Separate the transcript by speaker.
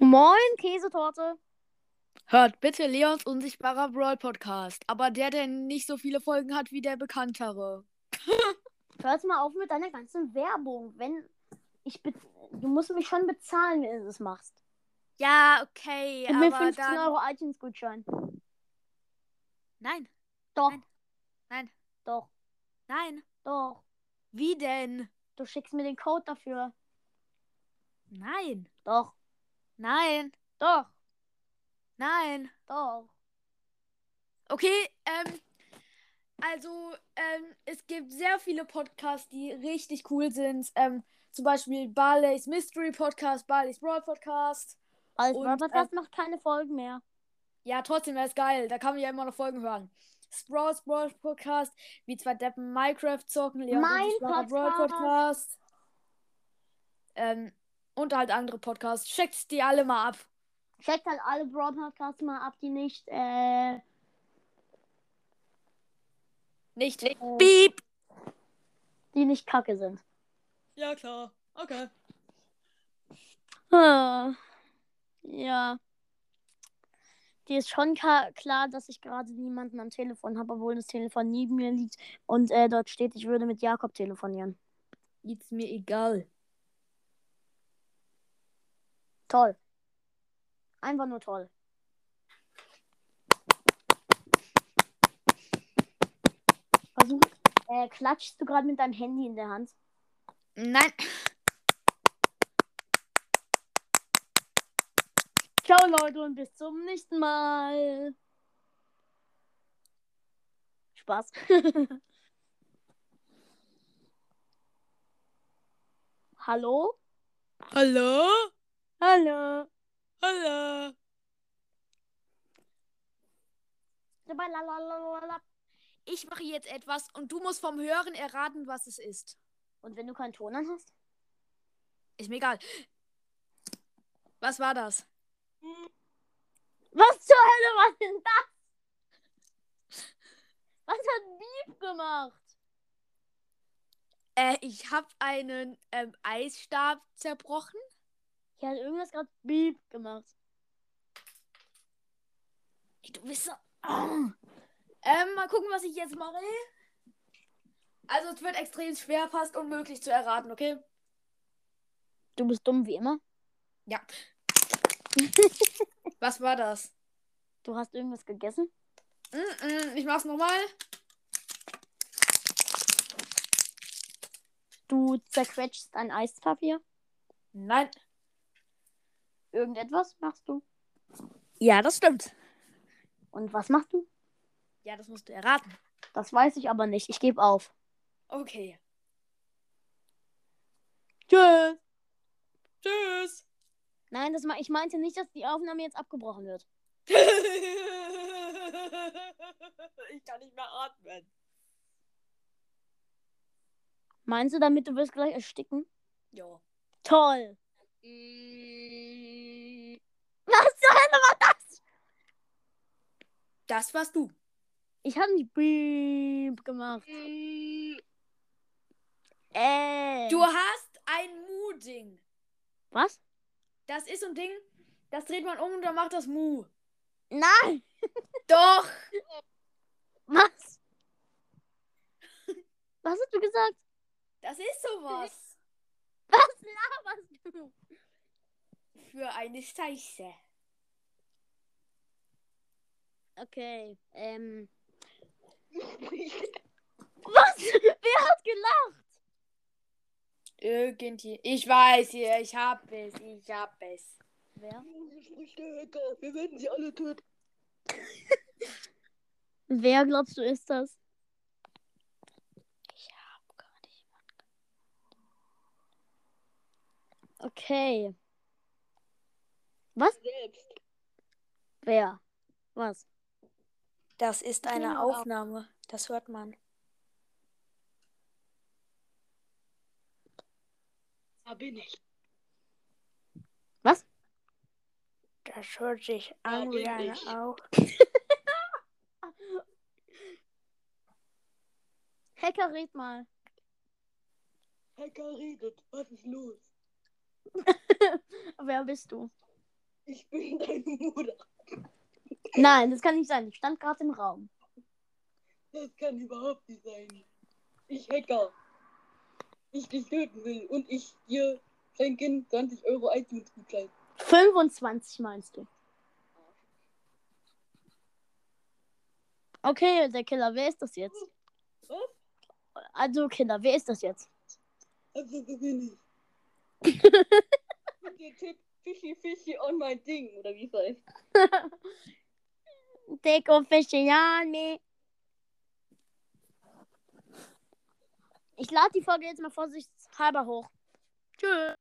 Speaker 1: Moin, Käsetorte.
Speaker 2: Hört bitte Leons unsichtbarer Brawl Podcast, aber der, der nicht so viele Folgen hat wie der bekanntere.
Speaker 1: Hör jetzt mal auf mit deiner ganzen Werbung. Wenn ich be- du musst mich schon bezahlen, wenn du das machst.
Speaker 2: Ja, okay,
Speaker 1: Gib Äh, mir 15 Euro iTunes-Gutschein.
Speaker 2: Nein,
Speaker 1: Doch.
Speaker 2: Nein. Nein.
Speaker 1: Doch,
Speaker 2: nein.
Speaker 1: doch.
Speaker 2: Wie denn?
Speaker 1: Du schickst mir den Code dafür.
Speaker 2: Nein,
Speaker 1: Doch,
Speaker 2: nein,
Speaker 1: doch,
Speaker 2: nein.
Speaker 1: doch.
Speaker 2: Okay, ähm, also, ähm, es gibt sehr viele Podcasts, die richtig cool sind. Ähm, zum Beispiel Barley's Mystery Podcast, Barley's Brawl Podcast.
Speaker 1: Alles
Speaker 2: Und,
Speaker 1: Brawl Podcast macht keine Folgen mehr.
Speaker 2: Ja, trotzdem wäre es geil. Da kann man ja immer noch Folgen hören. Sprawls Brawl Podcast, wie zwei Deppen Minecraft zocken, Leon
Speaker 1: Mein
Speaker 2: Unsichtbarer Brawl
Speaker 1: Podcast.
Speaker 2: Podcast. Ähm, und halt andere Podcasts. Checkt die alle mal ab.
Speaker 1: Checkt halt alle Brawl Podcasts mal ab, die nicht, äh,
Speaker 2: Nicht.
Speaker 1: äh,
Speaker 2: Beep!
Speaker 1: die nicht kacke sind.
Speaker 2: Ja, klar. Okay.
Speaker 1: Ah, Ja. Dir ist schon ka- klar, dass ich gerade niemanden am Telefon habe, obwohl das Telefon neben mir liegt und äh, dort steht, ich würde mit Jakob telefonieren.
Speaker 2: Ist mir egal.
Speaker 1: Toll. Einfach nur toll. Versuch, äh, klatschst du gerade mit deinem Handy in der Hand?
Speaker 2: Nein.
Speaker 1: Ciao Leute und bis zum nächsten Mal. Spaß. Hallo?
Speaker 2: Hallo?
Speaker 1: Hallo.
Speaker 2: Hallo? Ich mache jetzt etwas und du musst vom Hören erraten, was es ist.
Speaker 1: Und wenn du keinen Ton an hast?
Speaker 2: Ist mir egal. Was war das?
Speaker 1: Was zur Hölle war denn das? Was hat Beep gemacht?
Speaker 2: Äh, ich habe einen ähm, Eisstab zerbrochen.
Speaker 1: Ich hat irgendwas gerade Beep gemacht.
Speaker 2: Ey, du bist so. Ah. Ähm, mal gucken, was ich jetzt mache. Also, es wird extrem schwer, fast unmöglich zu erraten, okay?
Speaker 1: Du bist dumm wie immer.
Speaker 2: Was war das?
Speaker 1: Du hast irgendwas gegessen?
Speaker 2: Mm -mm, ich mach's nochmal.
Speaker 1: Du zerquetschst ein Eispapier?
Speaker 2: Nein.
Speaker 1: Irgendetwas machst du?
Speaker 2: Ja, das stimmt.
Speaker 1: Und was machst du?
Speaker 2: Ja, das musst du erraten.
Speaker 1: Das weiß ich aber nicht. Ich gebe auf.
Speaker 2: Okay.
Speaker 1: Tschüss.
Speaker 2: Tschüss.
Speaker 1: Nein, das ma ich meinte nicht, dass die Aufnahme jetzt abgebrochen wird.
Speaker 2: ich kann nicht mehr atmen.
Speaker 1: Meinst du damit, du wirst gleich ersticken?
Speaker 2: Ja.
Speaker 1: Toll.
Speaker 2: Mm.
Speaker 1: Was zur Hölle war das?
Speaker 2: Das warst du.
Speaker 1: Ich habe nicht Beep gemacht.
Speaker 2: Mm.
Speaker 1: Äh.
Speaker 2: Du hast ein Mu-Ding.
Speaker 1: Was?
Speaker 2: Das ist so ein Ding, das dreht man um und dann macht das Mu.
Speaker 1: Nein.
Speaker 2: Doch!
Speaker 1: Was? Was hast du gesagt?
Speaker 2: Das ist sowas.
Speaker 1: Was laberst du?
Speaker 2: Für eine Scheiße.
Speaker 1: Okay. Ähm. Was? Wer hat gelacht?
Speaker 2: Irgendwie. Ich weiß hier, ich hab es, ich hab es.
Speaker 1: Wer?
Speaker 3: Wir werden sie alle töten.
Speaker 1: Wer glaubst du ist das? Ich hab gar nicht. Okay.
Speaker 3: Selbst.
Speaker 1: Wer? Was? Hm.
Speaker 2: Das ist
Speaker 1: nehme
Speaker 2: eine
Speaker 1: auf.
Speaker 2: Aufnahme. Das hört man.
Speaker 3: Da bin ich.
Speaker 2: Das hört sich
Speaker 3: an wie eine
Speaker 2: auch.
Speaker 1: Hacker, red mal.
Speaker 3: Hacker redet. Was ist los?
Speaker 1: Wer bist du?
Speaker 3: Ich bin deine Mutter.
Speaker 1: Nein, das kann nicht sein. Ich stand gerade im Raum.
Speaker 3: Das kann überhaupt nicht sein. Ich Hacker. Ich dich töten will und ich dir schenken 20 Euro iTunes-Gutschein.
Speaker 1: 25 meinst du? Okay, der Killer, wer ist das jetzt?
Speaker 3: Was?
Speaker 1: Also, Killer, wer ist das jetzt?
Speaker 3: Also so bin ich. Mit dem Tipp Fischi Fischi on mein Ding, oder wie es heißt.
Speaker 1: Deko Fischiani. Ich lade die Folge jetzt mal vorsichtshalber hoch. Tschüss.